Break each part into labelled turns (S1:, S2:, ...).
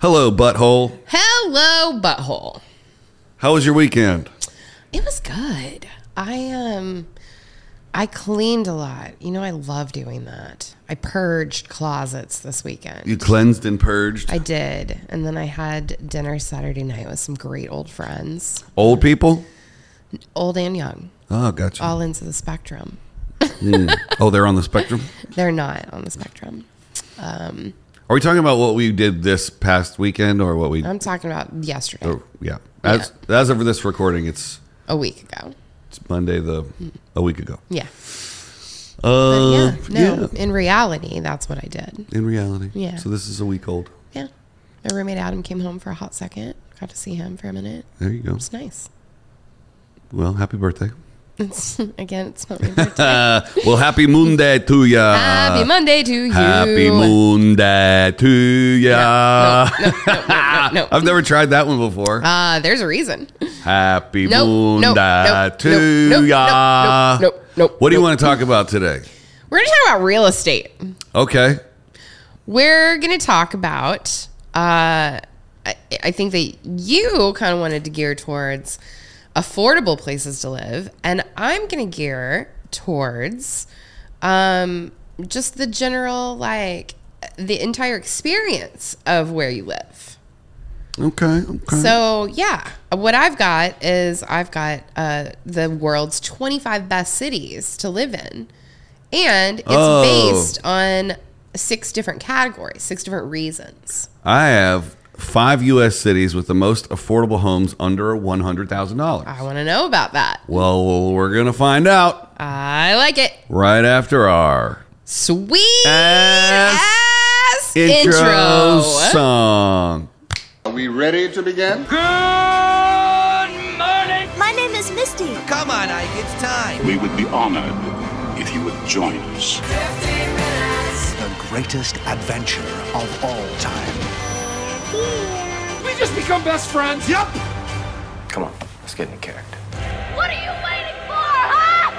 S1: Hello, butthole.
S2: Hello, butthole.
S1: How was your weekend?
S2: It was good. I um I cleaned a lot. You know I love doing that. I purged closets this weekend.
S1: You cleansed and purged
S2: I did. And then I had dinner Saturday night with some great old friends,
S1: old people?
S2: old and young,
S1: Oh, gotcha.
S2: all into the spectrum.
S1: oh, they're on the spectrum?
S2: They're not on the spectrum. Um,
S1: Are we talking about what we did this past weekend or what we.
S2: I'm talking about yesterday,
S1: Oh, yeah. As, as of this recording, it's
S2: a week ago.
S1: it's Monday, the a week ago.
S2: Yeah. But
S1: Uh,
S2: yeah. No, in reality, that's what I did.
S1: In reality.
S2: Yeah.
S1: So this is a week old.
S2: Yeah. My roommate Adam came home for a hot second. Got to see him for a minute.
S1: There you go.
S2: It's nice.
S1: Well, happy birthday.
S2: It's, again, it's not my birthday.
S1: Uh, well, happy Monday to ya.
S2: happy Monday to you.
S1: Uh, Happy Monday to ya.
S2: No, no, no, no, no, no.
S1: I've never tried that one before.
S2: Uh, there's a reason.
S1: Happy
S2: Nope,
S1: Monday
S2: nope, nope,
S1: to
S2: nope, nope,
S1: ya.
S2: nope, nope, nope,
S1: what do you
S2: nope.
S1: want to talk about today?
S2: We're going to talk about real estate.
S1: Okay.
S2: We're going to talk about, uh, I, I think that you kind of wanted to gear towards affordable places to live. And I'm going to gear towards um, just the general, like, the entire experience of where you live.
S1: Okay. Okay.
S2: So yeah, what I've got is I've got uh, the world's 25 best cities to live in, and it's
S1: Oh.
S2: based on six different categories, six different reasons.
S1: I have five U.S. cities with the most affordable homes under $100,000.
S2: I want to know about that.
S1: Well, we're going to find out
S2: I like it.
S1: right after our
S2: Sweet
S1: ass
S2: ass
S1: intro,
S2: intro.
S1: song.
S3: Are we ready to begin?
S4: My name is Misty.
S5: Come on, Ike, it's time.
S6: We would be honored if you would join us.
S5: The greatest adventure of all time.
S7: We just become best friends. Yep.
S8: Come on, let's get into character.
S4: What are you waiting for, huh?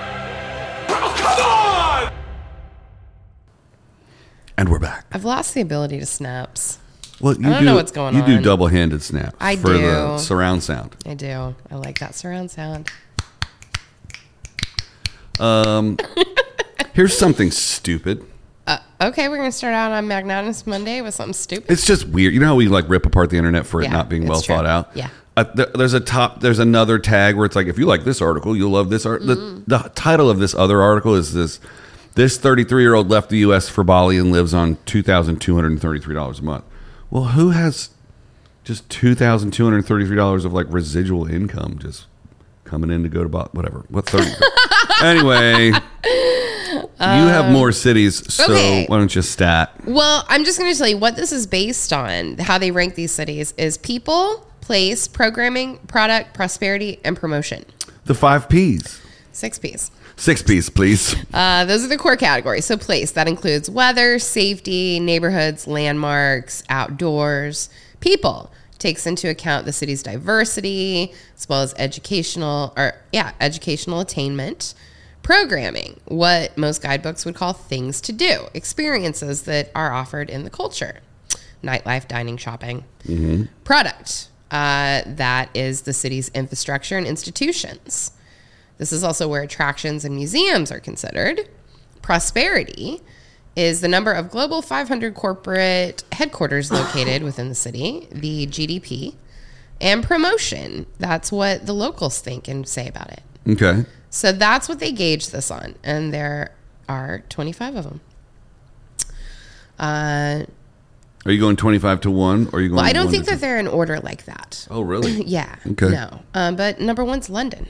S1: And we're back.
S2: I've lost the ability to snaps.
S1: Well, you
S2: don't know what's going
S1: you do
S2: on.
S1: double-handed snaps
S2: I
S1: for the
S2: do.
S1: surround sound.
S2: I do. I like that surround sound.
S1: Here's something stupid.
S2: Okay, we're gonna start out on Magnanimous Monday with something stupid.
S1: It's just weird. You know how we like rip apart the internet for it
S2: Yeah,
S1: not being
S2: it's
S1: well
S2: true.
S1: thought out.
S2: Yeah.
S1: Uh, there, there's a top. There's another tag where it's like, if you like this article, you'll love this art.
S2: Mm-hmm.
S1: The, the title of this other article is this: This 33 year old left the U.S. for Bali and lives on two thousand two hundred thirty three dollars a month. Well, who has just two thousand two hundred thirty three dollars of like residual income just coming in to go to Bali? Whatever. What thirty? anyway, you have more cities, so
S2: Uh, okay.
S1: why don't you stat?
S2: Well, I'm just going to tell you what this is based on. How they rank these cities is people, place, programming, product, prosperity, and promotion.
S1: The five P's.
S2: Six P's.
S1: Six piece, please.
S2: Uh, those are the core categories. So, place that includes weather, safety, neighborhoods, landmarks, outdoors. People takes into account the city's diversity as well as educational or yeah, educational attainment. Programming, what most guidebooks would call things to do, experiences that are offered in the culture, nightlife, dining, shopping product. Uh, that is the city's infrastructure and institutions. This is also where attractions and museums are considered. Prosperity is the number of global 500 corporate headquarters located within the city, the GDP. And promotion, that's what the locals think and say about it.
S1: Okay.
S2: So that's what they gauge this on, and there are 25 of them. Uh,
S1: Are you going 25 to 1 or are you going
S2: well, I don't
S1: one
S2: think
S1: to
S2: that they're in order like that.
S1: Oh, really?
S2: Yeah.
S1: Okay.
S2: No. Um, but number one's London.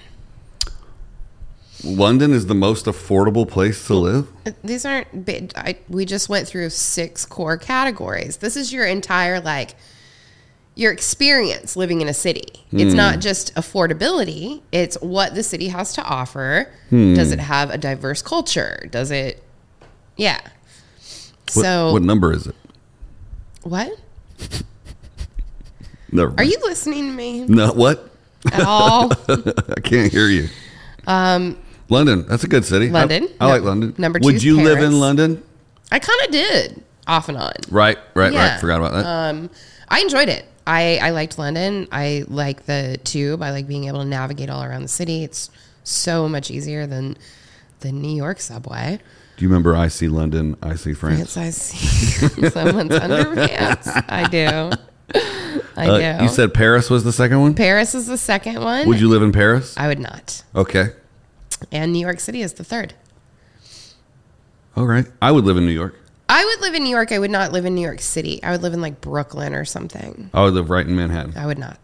S1: London is the most affordable place to live?
S2: Uh, These aren't big. I, we just went through six core categories. This is your entire, like, your experience living in a city.
S1: Hmm.
S2: It's not just affordability, it's what the city has to offer.
S1: Hmm.
S2: Does it have a diverse culture? Does it, yeah.
S1: What,
S2: so,
S1: what number is it?
S2: what?
S1: Never.
S2: Are you listening to me
S1: No, what?
S2: at all?
S1: I can't hear you. Um London, that's a good city. I-
S2: Um, London.
S1: I,
S2: No-
S1: like London.
S2: number
S1: Would
S2: two's
S1: you live in
S2: Paris.
S1: London?
S2: I kind of did off and on.
S1: Right, right,
S2: Yeah.
S1: right. Forgot about that.
S2: Um, I enjoyed it. I, I liked London. I like the tube. I like being able to navigate all around the city. It's so much easier than the New York subway.
S1: Do you remember I see London, I see France?
S2: It's I see someone's underpants. I do. I
S1: Uh,
S2: do.
S1: you said Paris was the second one?
S2: Paris is the second one.
S1: Would you live in Paris?
S2: I would not.
S1: Okay.
S2: And New York City is the third.
S1: All right. I would live in New York.
S2: I would live in New York. I would not live in New York City. I would live in like Brooklyn or something.
S1: I would live right in Manhattan.
S2: I would not.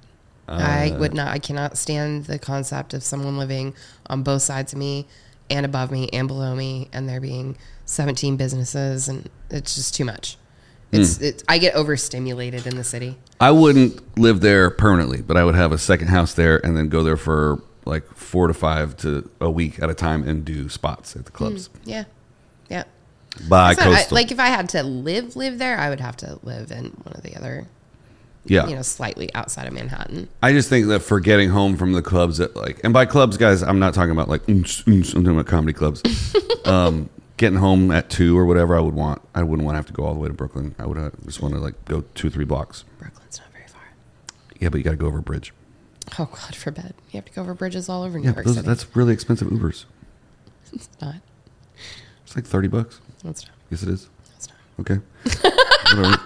S1: Uh,
S2: I would not. I cannot stand the concept of someone living on both sides of me and above me and below me and there being 17 businesses and it's just too much. It's,
S1: Hmm.
S2: it's I get overstimulated in the city.
S1: I wouldn't live there permanently, but I would have a second house there and then go there for like four to five to a week at a time and do spots at the clubs.
S2: Yeah. Yeah.
S1: By
S2: Hmm. So I,
S1: coastal.
S2: like if I had to live live there, I would have to live in one of the other,
S1: yeah.
S2: you know, slightly outside of Manhattan.
S1: I just think that for getting home from the clubs at like, and by clubs, guys, I'm not talking about like, oomps, oomps, I'm talking about comedy clubs. um, getting home at two or whatever I would want. I wouldn't want to have to go all the way to Brooklyn. I would uh, just want to like go two, three blocks.
S2: Brooklyn's not very far.
S1: Yeah, but you got to go over a bridge.
S2: Oh God forbid. You have to go over bridges all over New
S1: Yeah,
S2: York
S1: those,
S2: City.
S1: that's really expensive Ubers.
S2: It's not.
S1: It's like 30 bucks.
S2: It's not.
S1: Yes, it is.
S2: It's not.
S1: Okay. Whatever.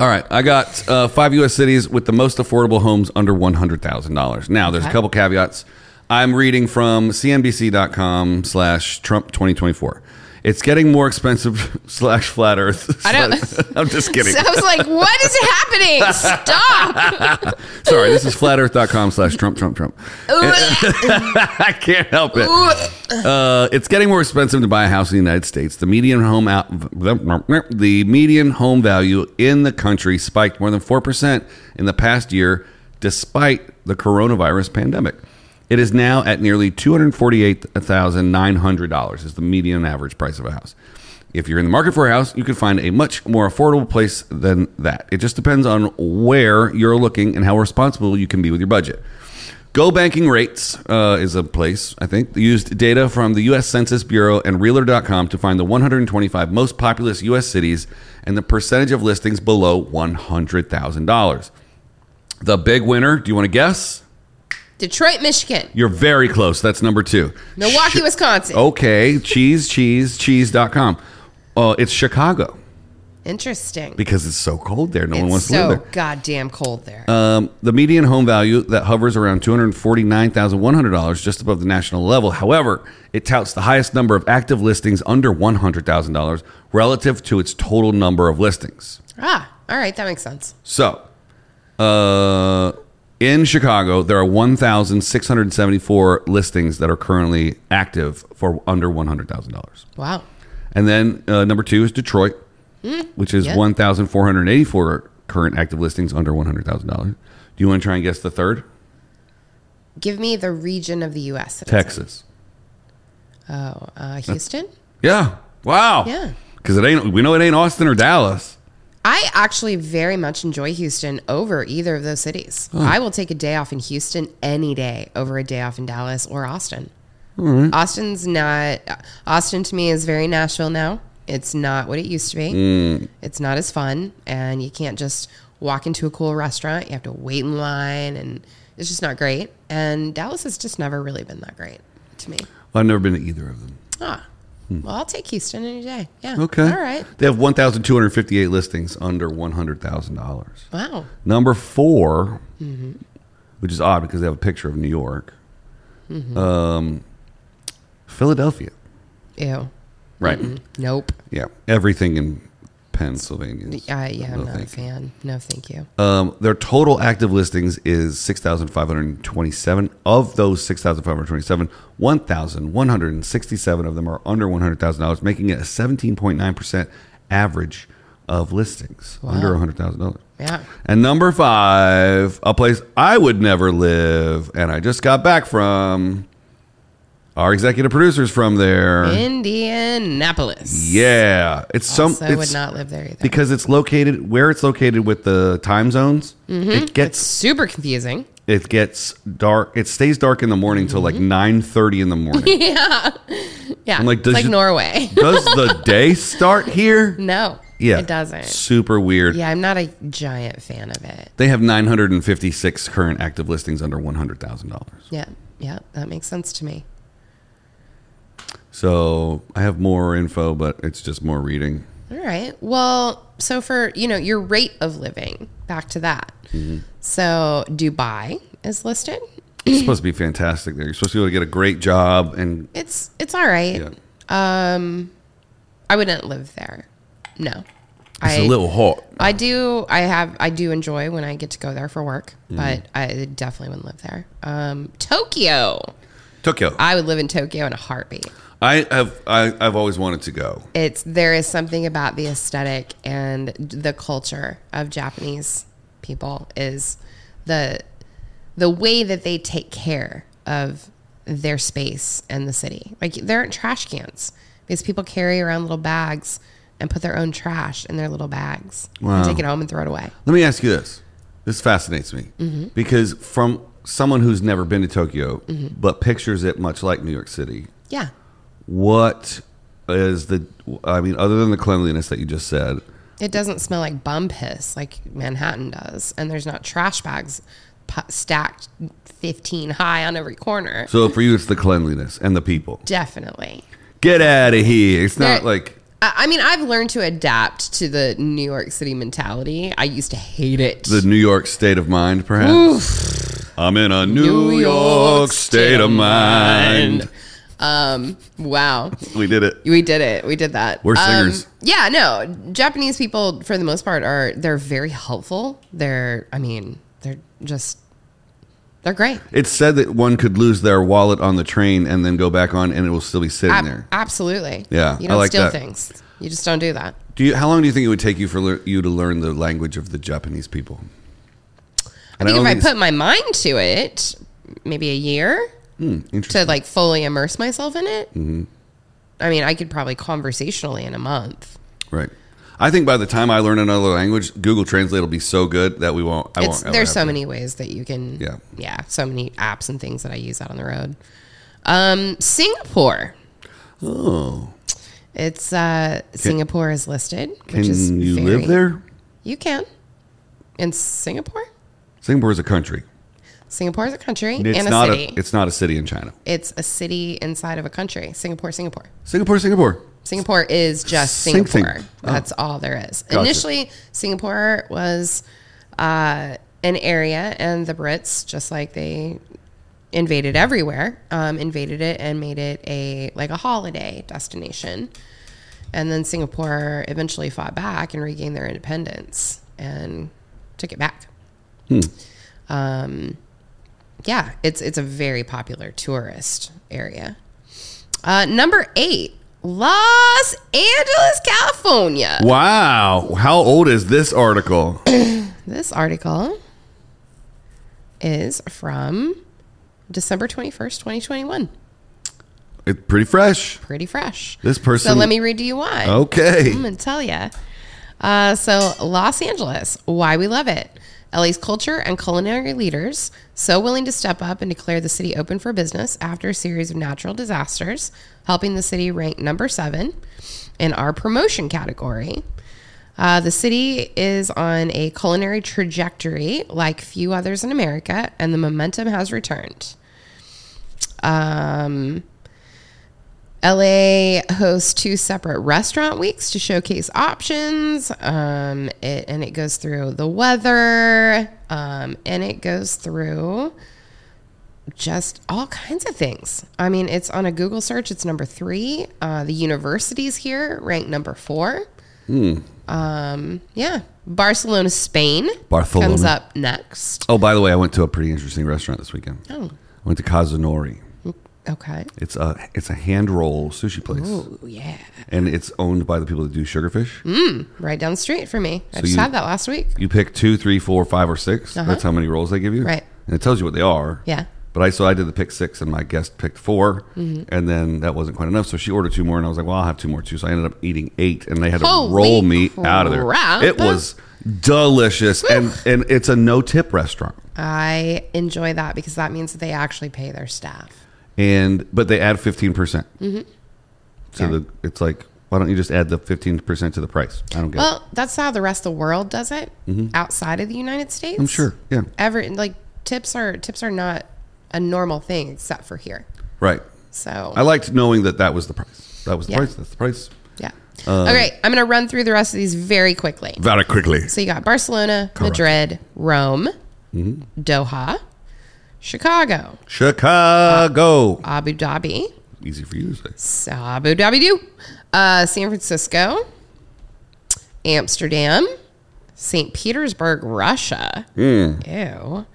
S1: All right, I got uh, five U.S. cities with the most affordable homes under one hundred thousand dollars. Now, there's a
S2: Okay.
S1: couple caveats. I'm reading from CNBC.com/slash Trump 2024. It's getting more expensive slash flat Earth.
S2: I don't-
S1: slash- I'm just kidding.
S2: So I was like, what is happening? Stop.
S1: Sorry, this is flatearth.com/slash Trump Trump Trump. I can't help it. Uh, it's getting more expensive to buy a house in the United States. The median home out the median home value in the country spiked more than four percent in the past year, despite the coronavirus pandemic. It is now at nearly two hundred forty-eight thousand nine hundred dollars. Is the median average price of a house. If you're in the market for a house, you can find a much more affordable place than that. It just depends on where you're looking and how responsible you can be with your budget. Go Banking Rates uh, is a place, I think, that used data from the U.S. Census Bureau and Realtor.com to find the 125 most populous U.S. cities and the percentage of listings below $100,000. The big winner, do you want to guess?
S2: Detroit, Michigan.
S1: You're very close. That's number two.
S2: Milwaukee, Wisconsin.
S1: Oh. Okay, cheese, cheese, cheese.com. Uh, it's Chicago
S2: Interesting.
S1: because it's so cold there. No one
S2: It's
S1: wants to
S2: so
S1: live there.
S2: goddamn cold there.
S1: Um, the median home value that hovers around two hundred forty-nine thousand one hundred dollars, just above the national level. However, it touts the highest number of active listings under one hundred thousand dollars relative to its total number of listings.
S2: ah, all right. That makes sense.
S1: So, uh, in Chicago, there are 1,674 listings that are currently active for under $100,000.
S2: Wow.
S1: And then uh, number two is Detroit, which is
S2: yeah.
S1: 1,484 current active listings under $100,000. Do you want to try and guess the third?
S2: Give me the region of the U.S. that it's
S1: Texas.
S2: in. Oh, uh, Houston.
S1: Yeah. Wow.
S2: Yeah.
S1: Because it ain't, we know it ain't Austin or Dallas.
S2: I actually very much enjoy Houston over either of those cities. I will take a day off in Houston any day over a day off in Dallas or Austin. Austin's not Austin to me is very Nashville now. It's not what it used to be. It's not as fun and you can't just walk into a cool restaurant. You have to wait in line and it's just not great. And Dallas has just never really been that great to me.
S1: Well, I've never been to either of them.
S2: Ah. Well, I'll take Houston any day. Yeah.
S1: Okay.
S2: All right.
S1: They have 1,258 listings under $100,000.
S2: Wow.
S1: Number 4
S2: Mm-hmm.
S1: which is odd because they have a picture of New York,
S2: Mm-hmm.
S1: um, Philadelphia.
S2: Ew.
S1: Right.
S2: Nope.
S1: Yeah. Everything in Pennsylvania. is-
S2: Uh, yeah, I'm
S1: no,
S2: not a
S1: thank you.
S2: fan. No, thank you.
S1: Um, their total active listings is 6,527. Of those 6,527, 1,167 of them are under $100,000, making it a 17.9% average of listings under $100,000.
S2: Yeah.
S1: And number five, a place I would never live, and I just got back from. Our executive producers from there.
S2: Indianapolis.
S1: yeah, it's some.
S2: So I would
S1: it's-
S2: not live there either.
S1: because it's located where it's located with the time zones.
S2: Mm-hmm.
S1: It gets
S2: Super confusing.
S1: it gets dark. It stays dark in the morning till like nine thirty in the morning.
S2: Yeah. Yeah.
S1: I'm like,
S2: it's
S1: does
S2: like
S1: you-
S2: Norway.
S1: Does the day start here?
S2: no.
S1: Yeah.
S2: It doesn't.
S1: Super weird.
S2: Yeah, I'm not a giant fan of it.
S1: They have 956 current active listings under $100,000.
S2: Yeah, yeah, that makes sense to me.
S1: So I have more info, but it's just more reading.
S2: All right. Well, so for, you know, your rate of living, back to that.
S1: Mm-hmm.
S2: So Dubai is listed.
S1: It's supposed to be fantastic there. You're supposed to be able to get a great job and
S2: It's it's all right.
S1: yeah.
S2: I wouldn't live there. No.
S1: It's a little hot.
S2: I do. I have. I do enjoy when I get to go there for work, but I definitely wouldn't live there. Um, Tokyo.
S1: Tokyo.
S2: I would live in Tokyo in a heartbeat.
S1: I have I, I've always wanted to go.
S2: It's there is something about the aesthetic and the culture of Japanese people is the the way that they take care of their space and the city. Like there aren't trash cans because people carry around little bags and put their own trash in their little bags
S1: Wow.
S2: and take it home and throw it away.
S1: Let me ask you this. This fascinates me because from someone who's never been to Tokyo but pictures it much like New York City,
S2: Yeah.
S1: what is the? I mean, other than the cleanliness that you just said,
S2: It doesn't smell like bum piss like Manhattan does, and there's not trash bags p- stacked 15 high on every corner.
S1: so for you it's the cleanliness and the people.
S2: Definitely.
S1: Get out of here! It's not
S2: There-
S1: like
S2: I I mean, I've learned to adapt to the New York City mentality. I used to hate it.
S1: the New York state of mind, perhaps. I'm in a New, York state of mind.
S2: Um, wow.
S1: We did it.
S2: We did it. We did that.
S1: We're
S2: Um,
S1: singers.
S2: yeah, no. Japanese people, for the most part, are they're very helpful. They're, I mean, they're just they're great.
S1: It's said that one could lose their wallet on the train and then go back on, and it will still be sitting
S2: Ab-
S1: there.
S2: Absolutely.
S1: Yeah,
S2: You
S1: I
S2: don't
S1: like
S2: steal
S1: that.
S2: things. You just don't do that.
S1: Do you? How long do you think it would take you for lear- you to learn the language of the Japanese people?
S2: I
S1: And
S2: think
S1: don't
S2: if I
S1: it's-
S2: put my mind to it, maybe a year to
S1: interesting.
S2: like fully immerse myself in it.
S1: Mm-hmm.
S2: I mean, I could probably conversationally in a month.
S1: right, I think by the time I learn another language, Google Translate will be so good that we won't. I
S2: It's,
S1: won't. ever
S2: there's
S1: have
S2: so
S1: to-
S2: many ways that you can.
S1: Yeah.
S2: Yeah. So many apps and things that I use out on the road. Um, Singapore.
S1: Oh,
S2: It's uh, Singapore is listed.
S1: can
S2: which is
S1: you
S2: very-
S1: live there?
S2: You can. In Singapore.
S1: Singapore is a country.
S2: Singapore is a country
S1: It's
S2: and a
S1: not
S2: city.
S1: a. It's not a city in China.
S2: it's a city inside of a country. Singapore, Singapore.
S1: Singapore, Singapore.
S2: Singapore is just
S1: Sing Sing.
S2: Singapore.
S1: Oh.
S2: That's all there is.
S1: Gotcha.
S2: Initially, Singapore was uh, an area, and the Brits, just like they invaded everywhere, um, invaded it and made it a like a holiday destination. And then Singapore eventually fought back and regained their independence and took it back. Um, yeah, it's it's a very popular tourist area. Uh, number eight, Los Angeles, California.
S1: Wow, how old is this article?
S2: This article is from December 21st, 2021.
S1: it's pretty fresh.
S2: Pretty fresh.
S1: This person. Oh,
S2: so let me read to you why.
S1: Okay.
S2: I'm going to Mm, tell you. Uh, so, Los Angeles, why we love it. LA's culture and culinary leaders so willing to step up and declare the city open for business after a series of natural disasters, helping the city rank number seven in our promotion category. Uh, the city is on a culinary trajectory like few others in America, and the momentum has returned. Um, LA hosts two separate restaurant weeks to showcase options. Um, it, and it goes through the weather, um, and it goes through just all kinds of things. I mean, it's on a Google search, it's number three. Uh, the universities here rank number four.
S1: Hmm.
S2: Um, yeah. Barcelona, Spain
S1: Barcelona.
S2: comes up next.
S1: Oh, by the way, I went to a pretty interesting restaurant this weekend.
S2: Oh,
S1: I went to Kazunori.
S2: okay.
S1: It's a it's a hand roll sushi place,
S2: Oh, yeah.
S1: and it's owned by the people that do sugarfish.
S2: Mm-hmm. Right down the street for me. I
S1: So
S2: just
S1: you-
S2: had that last week.
S1: You pick two, three, four, five, or 6 That's how many rolls they give you,
S2: Uh-huh. Right.
S1: And it tells you what they are.
S2: Yeah. Mm-hmm.
S1: But I so I did the pick six, and my guest picked 4 and then that wasn't quite enough. So she ordered two more, and I was like, "Well, I'll have two more too." So I ended up eating eight, and they had to
S2: Holy
S1: roll me out of there.
S2: crap.
S1: It was delicious, and and it's a no tip restaurant.
S2: I enjoy that because that means that they actually pay their staff. Mm-hmm.
S1: and but they add 15% percent to the it's like Why don't you just add the 15% to the price? I don't get it.
S2: Well, that's how the rest of the world does it outside of the United States.
S1: Mm-hmm. I'm sure. Yeah.
S2: Every like tips are tips are not a normal thing except for here.
S1: Right.
S2: So
S1: I liked knowing that that was the price. That was the
S2: Yeah.
S1: price. That's the price.
S2: yeah.
S1: Um,
S2: okay, I'm gonna run through the rest of these very quickly.
S1: Very quickly.
S2: So you got Barcelona, Madrid, Rome,
S1: Mm-hmm.
S2: Doha, Chicago,
S1: Chicago.
S2: Abu Dhabi,
S1: Easy for you to say.
S2: So Abu Dhabi do. Uh, San Francisco, Amsterdam, St. Petersburg, Russia. Ew.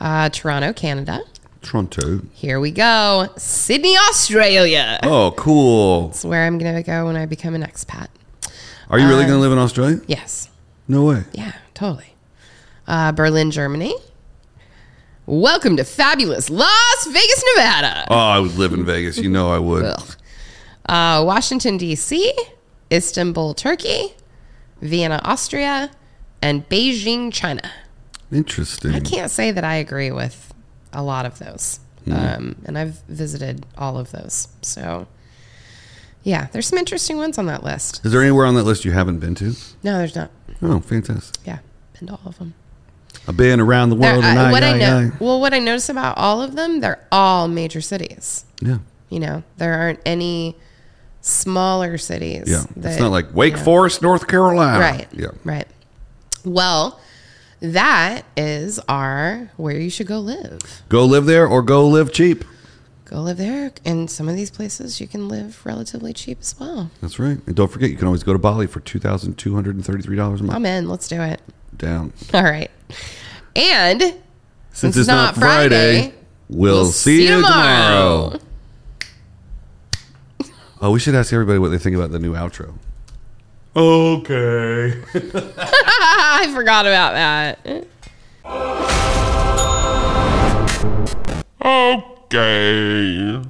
S2: Uh, Toronto, Canada.
S1: Toronto.
S2: Here we go. Sydney, Australia.
S1: Oh, cool.
S2: That's where I'm going to go when I become an expat.
S1: Are you really going to live in Australia?
S2: Yes.
S1: No way.
S2: Yeah, totally. Uh, Berlin, Germany. Welcome to fabulous Las Vegas, Nevada.
S1: Oh, I would live in Vegas. You know I would.
S2: Ugh. Uh, Washington, D.C., Istanbul, Turkey, Vienna, Austria, and Beijing, China.
S1: Interesting.
S2: I can't say that I agree with a lot of those.
S1: Hmm.
S2: Um, and I've visited all of those. So, yeah, there's some interesting ones on that list.
S1: Is there anywhere on that list you haven't been to?
S2: No, there's not.
S1: Oh, fantastic.
S2: Yeah, been to all of them.
S1: I've been around the world.
S2: They're-
S1: and
S2: I-
S1: I,
S2: Uh, what I
S1: I-
S2: know,
S1: I-
S2: well, what I notice about all of them, they're all major cities.
S1: Yeah.
S2: You know, there aren't any smaller cities.
S1: Yeah. it's
S2: that-
S1: not like Wake
S2: you know.
S1: Forest, North Carolina.
S2: Right.
S1: Yeah.
S2: Right. Well, that is our where you should go live.
S1: Go live there or go live cheap.
S2: Go live there. And some of these places you can live relatively cheap as well.
S1: That's right. And don't forget, you can always go to Bali for $2,233 a month.
S2: I'm in. Let's do it.
S1: Down.
S2: All right. And since,
S1: Since it's not Friday, we'll, see, you tomorrow. Oh, we should ask everybody what they think about the new outro. Okay.
S2: I forgot about that.
S6: Okay.